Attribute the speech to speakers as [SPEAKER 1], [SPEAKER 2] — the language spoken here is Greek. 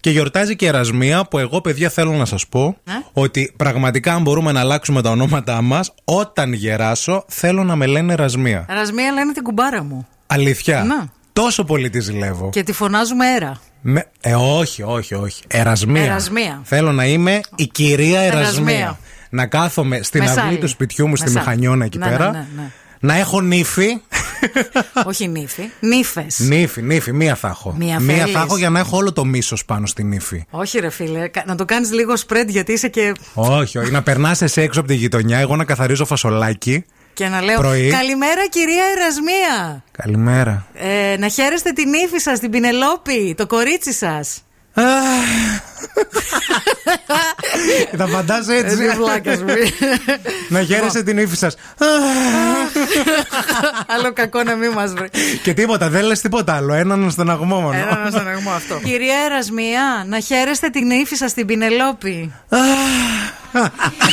[SPEAKER 1] Και γιορτάζει και η Ερασμία που εγώ, παιδιά, θέλω να σας πω
[SPEAKER 2] Ε?
[SPEAKER 1] ότι πραγματικά, αν μπορούμε να αλλάξουμε τα ονόματά μας, όταν γεράσω, θέλω να με λένε Ερασμία.
[SPEAKER 2] Ρασμία λένε την κουμπάρα μου.
[SPEAKER 1] Αλήθεια.
[SPEAKER 2] Να.
[SPEAKER 1] Τόσο πολύ τη ζηλεύω.
[SPEAKER 2] Και τη φωνάζουμε αέρα.
[SPEAKER 1] Με... Ε, όχι, όχι, όχι. Ερασμία.
[SPEAKER 2] Ερασμία.
[SPEAKER 1] Θέλω να είμαι η κυρία Ερασμία.
[SPEAKER 2] Ερασμία.
[SPEAKER 1] Να κάθομαι στην
[SPEAKER 2] Μεσάρι.
[SPEAKER 1] αυλή του σπιτιού μου στη
[SPEAKER 2] Μεσάρι.
[SPEAKER 1] Μηχανιώνα εκεί
[SPEAKER 2] Ναι, ναι,
[SPEAKER 1] πέρα.
[SPEAKER 2] ναι, ναι.
[SPEAKER 1] Να έχω νύφη.
[SPEAKER 2] Όχι νύφη. Νύφες.
[SPEAKER 1] νύφη, νύφη, μία θα έχω.
[SPEAKER 2] Μία θέλεις.
[SPEAKER 1] θα έχω για να έχω όλο το μίσος πάνω στη νύφη.
[SPEAKER 2] Όχι, ρε φίλε. κα- Να το κάνεις λίγο spread γιατί είσαι και.
[SPEAKER 1] όχι, όχι. να περνάς εσύ έξω από τη γειτονιά, εγώ να καθαρίζω φασολάκι.
[SPEAKER 2] Και να λέω.
[SPEAKER 1] Πρωί.
[SPEAKER 2] Καλημέρα, κυρία Ερασμία.
[SPEAKER 1] Καλημέρα.
[SPEAKER 2] Ε, να χαίρεστε την ύφη σας, την Πινελόπη, το κορίτσι σας.
[SPEAKER 1] Α. Τα φαντάζω έτσι.
[SPEAKER 2] Δεν βλάκα μου.
[SPEAKER 1] Να χαίρεσαι την ύφη σας Α.
[SPEAKER 2] Άλλο κακό να μην μας βρει.
[SPEAKER 1] Και τίποτα, δεν λες τίποτα άλλο. Έναν στεναγμό μόνο.
[SPEAKER 2] Έναν στον αγμό αυτό. Κυρία Ερασμία, να χαίρεστε την ύφη σας, την Πινελόπη.
[SPEAKER 1] Α.